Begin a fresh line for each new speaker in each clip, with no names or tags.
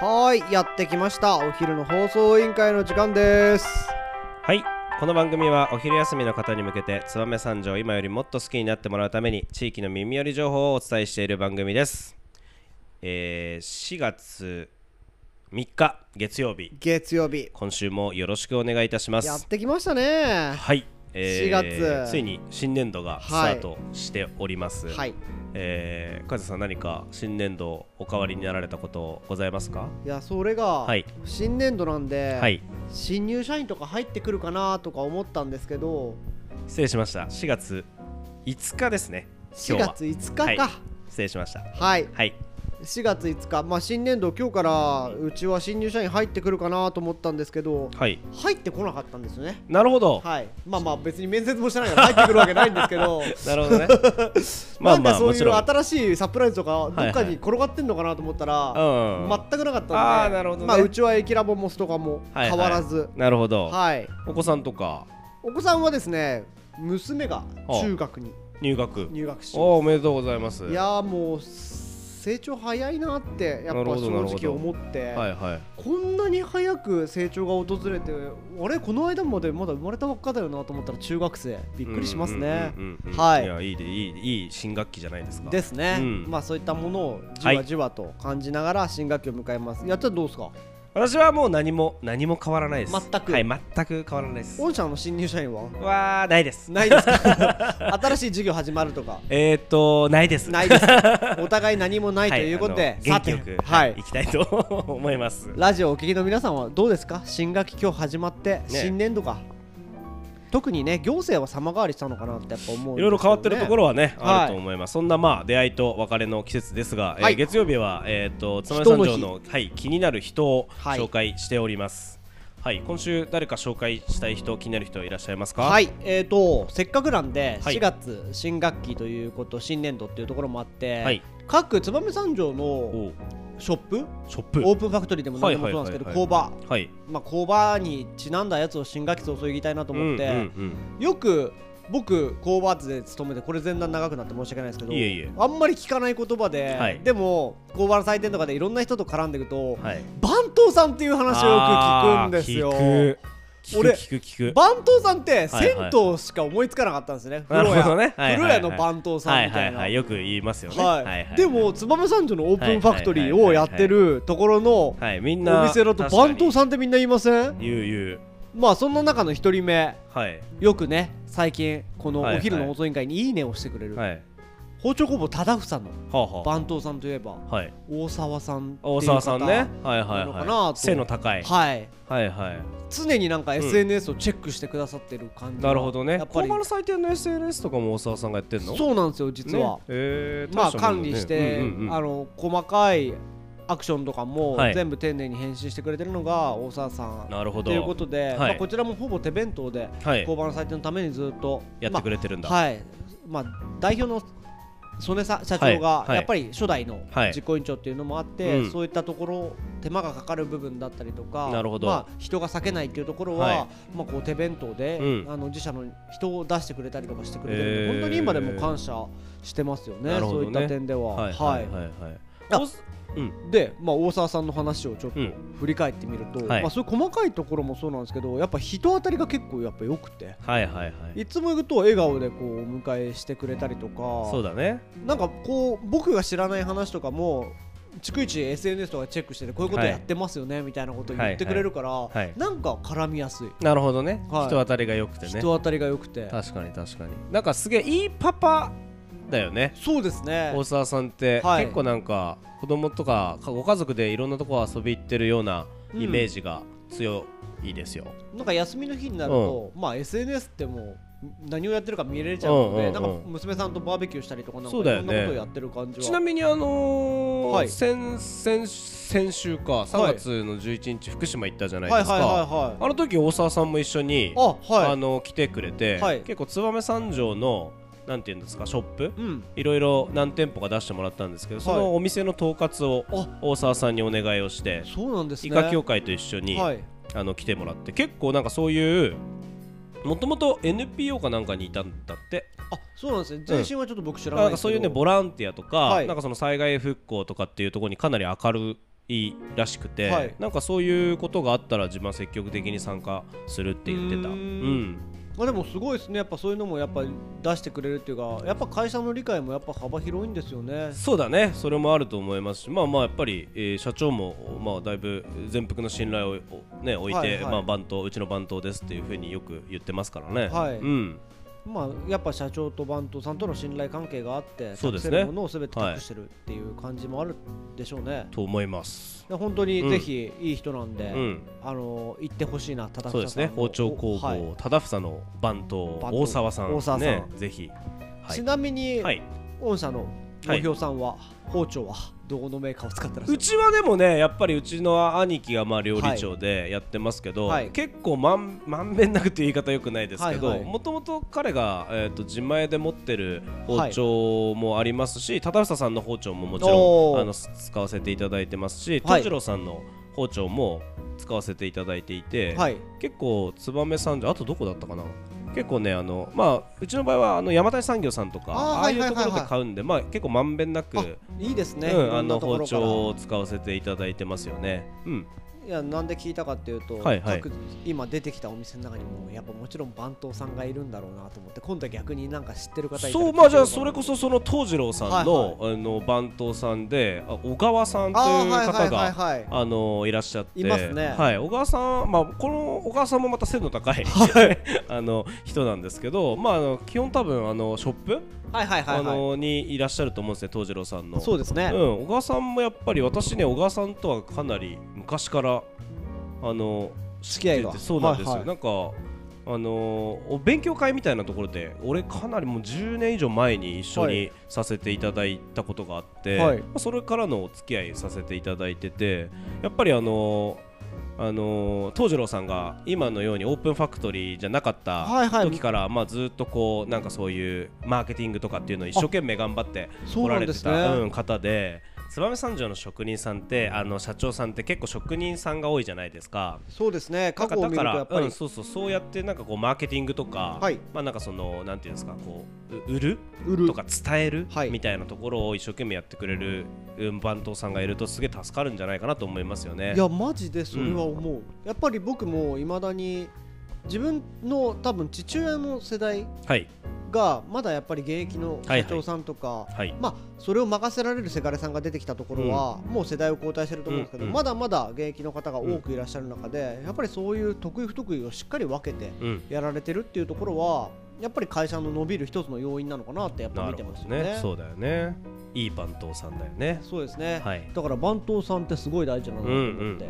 はーい、やってきました。お昼の放送委員会の時間です。
はいこの番組はお昼休みの方に向けて燕三条を今よりもっと好きになってもらうために地域の耳寄り情報をお伝えしている番組です、えー4月3日月曜日
月曜日。
今週もよろしくお願いいたしま
やっ
す
てきましたね。
はい、えー
4月
ついに新年度がスタートしております、
はい。
えー、カズさん何か新年度お変わりになられたことございますか
いや、それが、
はい
新年度なんで、
はい
新入社員とか入ってくるかなとか思ったんですけど、
失礼しました4月5日ですね
4
今日は
月5日か。
失礼しました
はい、
はい
4月5日、まあ、新年度、今日からうちは新入社員入ってくるかなと思ったんですけど、
はい
入ってこなかったんですよね。
なるほど、
はい、まあまあ別に面接もしてないから入ってくるわけないんですけど
なるほ どねま
な
あ
んか
まあ
そう
も
い
ち
う
ろんうん
新しいサプライズとかどっか
はいは
に
い
転がってんのかなと思ったら、全くなかったんで
あーなるほどね
まあ、うちは駅ラボモスとかも
はいは
変
い
わらず、
なるほど、
はい
お子さんとか
お子さんはですね娘が中学に
入学
入学し
おおめでとうございます
いやーもう成長早いなってやっ
なる
ぱ
ほど
正
なるほ
直
ど
思って、
はいはい
こんなに早く成長が訪れてあれこの間までまだ生まれたばっかだよなと思ったら中学生びっくりしますね。
うんうんうんうん
はい
いやいいでいいいい新学期じゃないですか
ですね、
うん
まあそういったものをじわじわと感じながら新学期を迎えます。やったらどうですか
私はもう何も何も変わらないです
全く
はい全く変わらないです
御社の新入社員は
わーないです
ないですか 新しい授業始まるとか
えー、っとないです
ない ですかお互い何もないと
は
いうことで、
あの
さ
元気
て
よく
は
はいい行きたいと思 います
ラジオをお聞きの皆さんはどうですか新学期今日始まって、新年度が特にね行政は様変わりしたのかなってやっぱ思うんですけどね
いろいろ変わってるところはね、
はい
あると思います。そんなまあ出会いと別れの季節ですが、えー
はい
月曜日はえっ、とつま三条
人
のはい気になる人を
はい
紹介しております。はい、今週誰か紹介したい人気になる人いらっしゃいますか。。
はいいえー、とせっかくなんで、
はい
4月新学期ということ新年度っていうところもあって、
はい
各燕三条の
お
ショップ
ショップ。
オープンファクトリーでも何でもそうなんですけど
はいは
工場、
はい。
まあ、工場にちなんだやつを新学期早々言いたいなと思って、
うんうん
よく僕工場図で勤めてこれ前段長くなって申し訳ないですけど
いえいえ
あんまり聞かない言葉で、
はい
でも工場の祭典とかでいろんな人と絡んでいくと、
うん。はい。
番頭さんっていう話をよく聞くんですよ
あー。聞く。
俺
聞く聞く聞く。
番頭さんって
はい
銭湯しか思いつかなかったんですね、
なるほどね
風呂屋の番頭さんみた
はいい
な、
はいはい。よく言いますよね。
はいで。も燕三条のオープンファクトリーをやってるところの
はい。みんな。
お店だと番頭
ん。
さんってみんな言いません
言う言う。
まあそんな中の一人目
はい。
よくね最近この
はい
お昼の放送委員会に「いいね」をしてくれる、
はい。
包丁工房忠房の
はあはあ。
番頭さんといえば
はい。
大沢さんっていう方
大沢さんねはい
な
はい
のかなと思
は
っ
い
て
背の高い
はい
はいはい
常になんか
うん
SNS をチェックしてくださってる感じが
なるほどね
やっぱ
工
り
場の祭典の SNS とかも大沢さんがやってんのう
そうなんですよ実は、
えー
まあ
大したも
管
んだね
理して、
うんうんうん
あの細かいアクションとかも
はい
全部丁寧に編集してくれてるのが大沢さん
なるほ
ということ
ど
で、
はい
まあ、こちらもほぼ手弁当で
はい
工場の祭典のためにずっと
やってく
れ
れてるんだ
はいまあ代表の曽根さん社長
は
が
いはい
やっぱり初代の
はい
実行委員長っていうのもあって、
うん
そういったところ手間がかかる部分だったりとか
なるほど
まあ、人が避けないっていうところは、
はい
まあ、こう手弁当で、
うん
あの自社の人を出してくれたりとかしてくれてるんで、
へー
本当に今でも感謝してますよね
なるほ
そ
ど
う
ね
いった点では。
はい
は
はいいはいはい
あ
大沢
で、まあ、大沢さんの話をちょっと
うん
振り返ってみると、
はい
まあ、そういう細かいところもそうなんですけどやっぱ人当たりが結構やっぱ良くて。
はいはいはい
いつも行くと笑顔でこうお迎えしてくれたりとか
そうだね
なんかこう僕が知らない話とかも逐一 SNS とかチェックしててこういうことやってますよね、みたいなこと言ってくれるから、
いはい
なんか絡みやすい、
なるほどね
はい
人当たりが良くて
人
ね
当たりが良くて
確かに確かになんかすげえいいパパだよね
そうですね
大沢さんって
はい
結構なんか子供とかご家族でいろんなとこ遊び行ってるようなイメージが強いですよ
なんか休みの日になると、まあ SNS ってもう何をやってるか見れちゃうので、
うんうんうん
なんか娘さんとバーベキューしたりとかなんか
そう
い
だ
ろ
よ
ん
ね
なことをやってる感じは
ちなみにあのー
はい
先先先週か3月の11日福島行ったじゃない
は
で
い
すか、
はいはいはい
あの時大沢さんも一緒に
あは
あ
い
の来てくれて、
はい
結構燕三条のなんていうんですかショップ
うん
いろいろ何店舗か出してもらったんですけどそ
はい
のお店の統括を
あ
大沢さんにお願いをして、
そうなんですね
イカ協会と一緒に、
はい
あの来てもらって結構なんかそういうもともと NPO かなんかにいたんだって
あそうなんですね全身はちょっと僕知らな
ないん
で
か
すけど
そういうねボランティアとか、
はい
なんかその災害復興とかっていうところにかなり明るいいらしくて、
はい
なんかそういうことがあったら自分は積極的に参加するって言ってた
う
う
ーん
ん
まあ、でもすごいですねやっぱそういうのもやっぱ出してくれるっていうかやっぱ会社の理解もやっぱ幅広いんですよね
そうだねそれもあると思いますしまあまあやっぱり、えー社長も、まあ、だいぶ全幅の信頼を、おね、置いて、
はいはい
まあ、番頭うちの番頭ですっていうふうによく言ってますからね、
はい
うん、
まあやっぱ社長と番頭さんとの信頼関係があって
そうですね
託せるものを全て託してるっていう感じもあるでしょうね、
と思います、
で本当にぜひいい人なんで、
うん、
あの行ってほしいな忠
そうですね包丁工房、
はい
忠房の番頭
番頭
大沢さん
大沢さん
ねぜひは
ち
い、
なみに、
はい、
御社のご評さんは、包丁はどこのメーカーを使ってらっしゃ
う
る
ちはでもねやっぱりうちの兄貴がまあ料理長でやってますけど、
はい
結構まんまんべんなくという言い方よくないですけ
はい
ど
はい
もともと彼が、えー、と自前で持ってる包丁もありますし、忠房さんの包丁ももちろ
お
ん
ー
あのす使わせていただいてますし
はい
藤郎さんの包丁も使わせていただいていて、
はい
結構燕三条あとどこだったかな結構ねあのまあうちの場合はあの山谷産業さんと
あ
か
ー
ああいう
はい
と
はいは
こ
いはい
ろで買うんで、まあ結構まんべんなく
あいいですね、
う
い
ん、
ろ
あ
んな
の
ところ
包
から
丁を使わせていただいてますよね。うん、
いやなんで聞いたかっていうと、
はいはい
各今出てきたお店の中にもやっぱもちろん番頭さんがいるんだろうなと思って今度は逆になんか知ってる方いたら
そう
聞いて
まあじゃあ
みよ
そ
か
れ
な
こそその東次郎さんの,、あの番頭さんであ小川さんという方
あ
が
ーはいはいはいはい
あのいらっしゃって
いますね
はい、小川さん、まあ、この小川さんもまた背の高い あの人なんですけど、まあ、あの基本多分あのショップ、
はいはいはい
あ
はい
のにいらっしゃると思うんですね東次郎さんの。
そうですね、
うん、小川さんもやっぱり私ね小川さんとはかなり昔からあの
付き合いが
知っててそうなんですよ、
はいはい
なんかあのーお勉強会みたいなところで俺かなりもう10年以上前に一緒
は
に
い
させていただいたことがあって、
はい
まあそれからのお付き合いさせていただいててやっぱりあのーあのー東次郎さんが今のようにオープンファクトリーじゃなかった
はいはい
時から、まあ、ずっとこうなんかそういうマーケティングとかっていうのを一生懸命頑張って
そ
お
う
ら
なん
れ
で
て
す
た、
ね、
うん方で燕三条の職人さんってあの社長さんって結構職人さんが多いじゃないですか。
そうですね
な
過
んか
去を
だ
見る
か
と
ら
やっぱり、
うん、そうそうそうやってなんかこうマーケティングとか、
はい
まあなんかそのなんていうんですかこうう売る
売る
とか伝える、
はい
みたいなところを一生懸命やってくれるうん番頭さんがいるとすげえ助かるんじゃないかなと思いますよね。
いやマジでそれは思う、やっぱり僕もいまだに自分の多分父親の世代
はい
がまだやっぱり現役の
はい
社長さんとか、
はい
まあ、それを任せられるせがれさんが出てきたところは、もう世代を交代してると思うんですけど、
うんうん
まだまだ現役の方が多くいらっしゃる中で、やっぱりそういう得意不得意をしっかり分けて
うん
やられてるっていうところはやっぱり会社の伸びる一つの要因なのかなってやっぱ
な
見
る
て
ほ
ま
ど
すよ
ね
ね。
そうだよねいい番頭さんだよね。
そうですね、
はい
だから番頭さんってすごい大事だな
う
と
んうん
思って、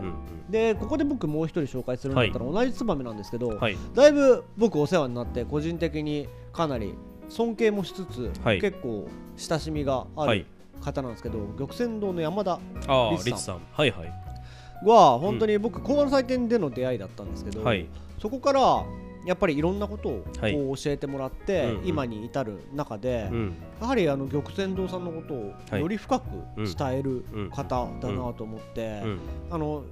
でここで僕もう一人紹介するんだったら、同じツバメなんですけど、
うんうんはい
だいぶ僕お世話になって個人的にかなり尊敬もしつつ、
はい
結構親しみがあ
はい
る方なんですけど、玉泉堂の山田
ああ
リツさん
リツさんはいはい
は本当に僕講話の祭典での出会いだったんですけど、
はい
そこからやっぱりいろんなことを
はい
こう教えてもらって、
うんうん
今に至る中で、
うん
やはりあの玉泉堂さんのことをより深く伝える方だなと思って、
うん
あの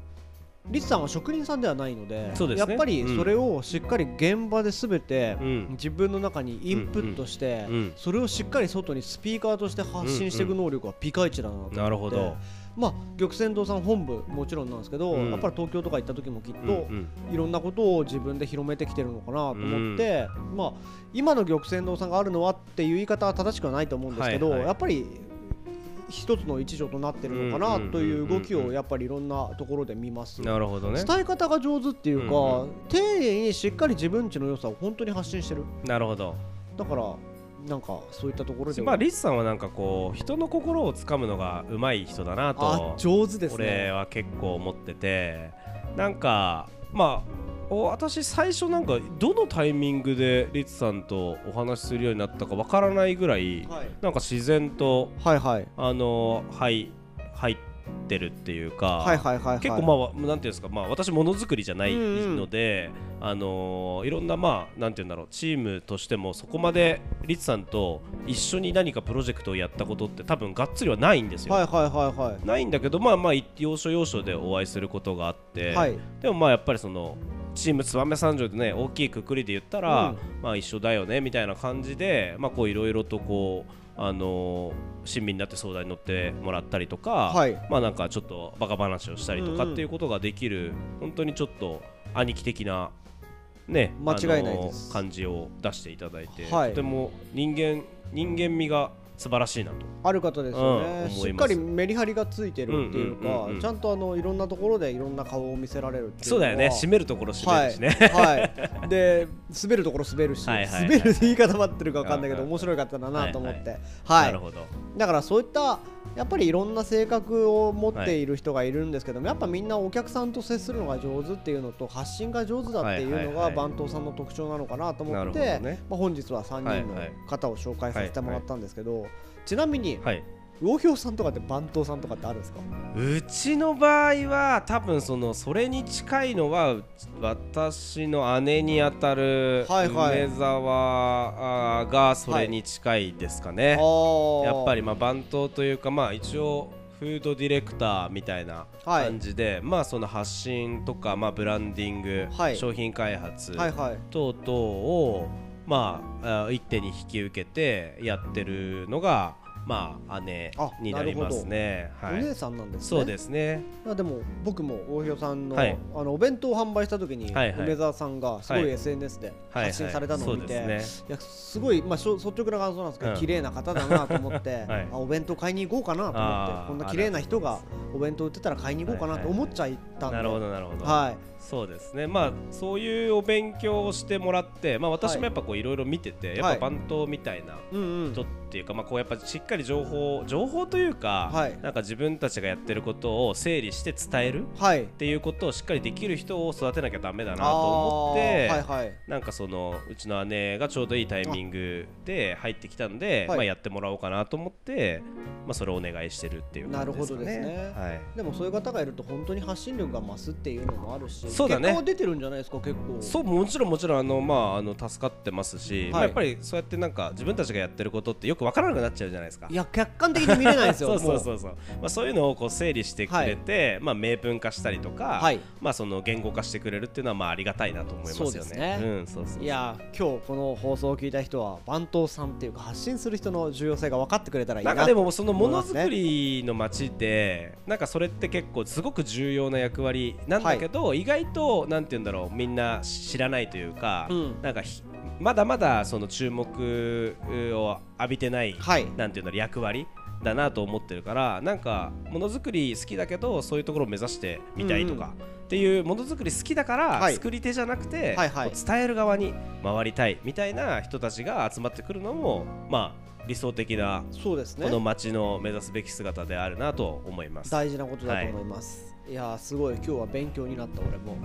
リツさんは職人さんではないので
そうです
や
ね
っぱりそれをしっかり現場で全て
うん
自分の中にインプットして、
うんうん
それをしっかり外にスピーカーとして発信していく能力はピカイチだなと思って、
なるほど
まあ、玉泉堂さん本部もちろんなんですけど、
うん
やっぱり東京とか行った時もきっと、
うんうん
いろんなことを自分で広めてきてるのかなと思って、まあ、今の玉泉堂さんがあるのはっていう言い方は正しくはないと思うんですけど、
はいはい
やっぱり一つの一助となってるのか
うんうんうんうん
なという動きをやっぱりいろんなところで見ます。
なるほどね
伝え方が上手っていうか、
うんう
丁寧にしっかり自分ちの良さを本当に発信してる
なるほど
だからなんかそういったところで
ま
は
あリスさんはなんかこう人の心をつかむのがうまい人だな
あ
と
上手です
俺
ね
は結構思っててなんかまあお私最初なんかどのタイミングでリツさんとお話しするようになったかわからないぐらい
はい
なんか自然と
はいはい
あのはい入ってるっていうか
はいはいはいはい
結構まあわなんていうんですかまあ私ものづくりじゃない
うんうん
ので、あのーいろんなまあなんていうんだろうチームとしてもそこまでリツさんと一緒に何かプロジェクトをやったことって多分がっつりはないんですよ、
はいはいはいはい
ないんだけどまあまあ要所要所でお会いすることがあって、
はい
でもまあやっぱりそのチーム燕三条でね大きいくくりで言ったら、
うん
まあ一緒だよねみたいな感じでまあこういろいろとこうあの親身になって相談に乗ってもらったりとか、
はい
まあなんかちょっとバカ話をしたりとか
うんうん
っていうことができる、本当にちょっと兄貴的なね
間違いないです
あの感じを出していただいて、
はい
とても人間人間味が素晴らしいなと
ある方ですよね、
うん
しっかりメリハリがついてるっていう
うんうん
か、
うんうん
ちゃんとあのいろんなところでいろんな顔を見せられるっていうのは
そうだよね締めるところ締めるしね、
はい、はい、で滑るところ滑るし、
はいはいはい
滑るって言い方待ってるか分かんないけど、
うんうん
面白い方だなと思って、はい
なるほど
だからそういったやっぱりいろんな性格を持っている人がいるんですけども、やっぱみんなお客さんと接するのが上手っていうのと発信が上手だっていうの
はいはいは
が
い
番頭さんの特徴なのかなと思って、
なるほどね
まあ、本日は3人の
はいはい
方を紹介させてもらったんですけど、ちなみに
はい
魚評さんとかって番頭さんとかってあるんですか
うちの場合は多分そのそれに近いのはうち私の姉にあたる
はいはい
梅沢あーがそれに近いですかね、
や
やっぱりまあ番頭というかまあ一応フードディレクターみたいな
はい
感じで、まあその発信とかまあブランディング、
はい
商品開発
はいはい
等々をまああ一手に引き受けてやってるのがまあ姉になりますね。
お
はい
姉さんなんですね
そうですね。
いやでも僕も大広さんの,、
はい
あのお弁当を販売した時に、
はいはい
梅沢さんがすご
はいい
SNS で
はいはい
発信されたのを見て、
そう
い
です
やすごい、まあ、しょ率直な感想なんですけど、
うん
綺麗な方だなと思って、
はい
あお弁当買いに行こうかなと思っ
あ
て
ー
こんな綺麗な人がお弁当売ってたら買いに行こうかなと思っちゃいたんで、
なるほどなるほど。
はい
そうですね。まあそういうお勉強をしてもらって、まあ私
はい
もやっぱこういろいろ見てて、や
は
っ
い
ぱ番頭みたいな。
うんうん
人っていうか、まあ、こうやっぱしっかり情報情報というか、
はい
なんか自分たちがやってることを整理して伝えるっ
はい
ていうことをしっかりできる人を育てなきゃダメだなと思って、
あーはいはい
なんかそのうちの姉がちょうどいいタイミングで入ってきたんで
はい
まあ、やってもらおうかなと思って、まあ、それをお願いしてるっていう感じですかね。
なるほどですね
はい
でもそういう方がいると本当に発信力が増すっていうのもあるし
そうだね
結果は出てるんじゃないですか結構
そうもちろんもちろんあの、まあ、あの助かってますし、まあやっぱりそうやってなんか自分たちがやってることってよく分からなくなっちゃうじゃないですか
い。や客観的に見れないですよ
そうそう
も
そうそう、まあ、そういうのをこう整理してくれて、まあ、明文化したりとか、
はい
まあ、その言語化してくれるっていうのはまあありがたいなと思いますよ
そう
ね。
ですね
うん、そうそうそう
いやー今日この放送を聞いた人は番頭さんっていうか発信する人の重要性が分かってくれたらいいな
なんかでもそのものづくりの街でなんかそれって結構すごく重要な役割なんだけど、意外となんて言うんだろうみんな知らないというか、
うん
なんかひまだまだその注目を浴びてない、
はい
なんていうんだろう役割だなと思ってるからなんかものづくり好きだけどそういうところを目指してみたいとか、っていうものづくり好きだから、
はい
作り手じゃなくて、
はいはい
こう伝える側に回りたいみたいな人たちが集まってくるのもまあ理想的な
そうですね
この街の目指すべき姿であるなと思います。
大事なことだと思います、い、やーすごい今日は勉強になった俺も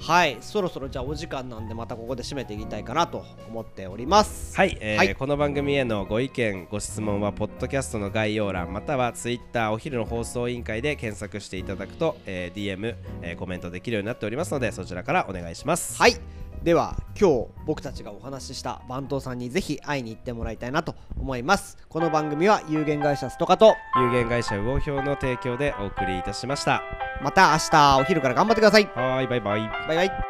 はいそろそろじゃあお時間なんでまたここで締めていきたいかなと思っております
はい、えー
はい
この番組へのご意見ご質問はポッドキャストの概要欄またはツイッターお昼の放送委員会で検索していただくと、えー DM、えーコメントできるようになっておりますのでそちらからお願いします。
はいでは今日僕たちがお話しした番頭さんにぜひ会いに行ってもらいたいなと思いますこの番組は有限会社ストカと
有限会社魚評の提供でお送りいたしました。
また明日お昼から頑張ってください
はーいバイバイ。
バイバイ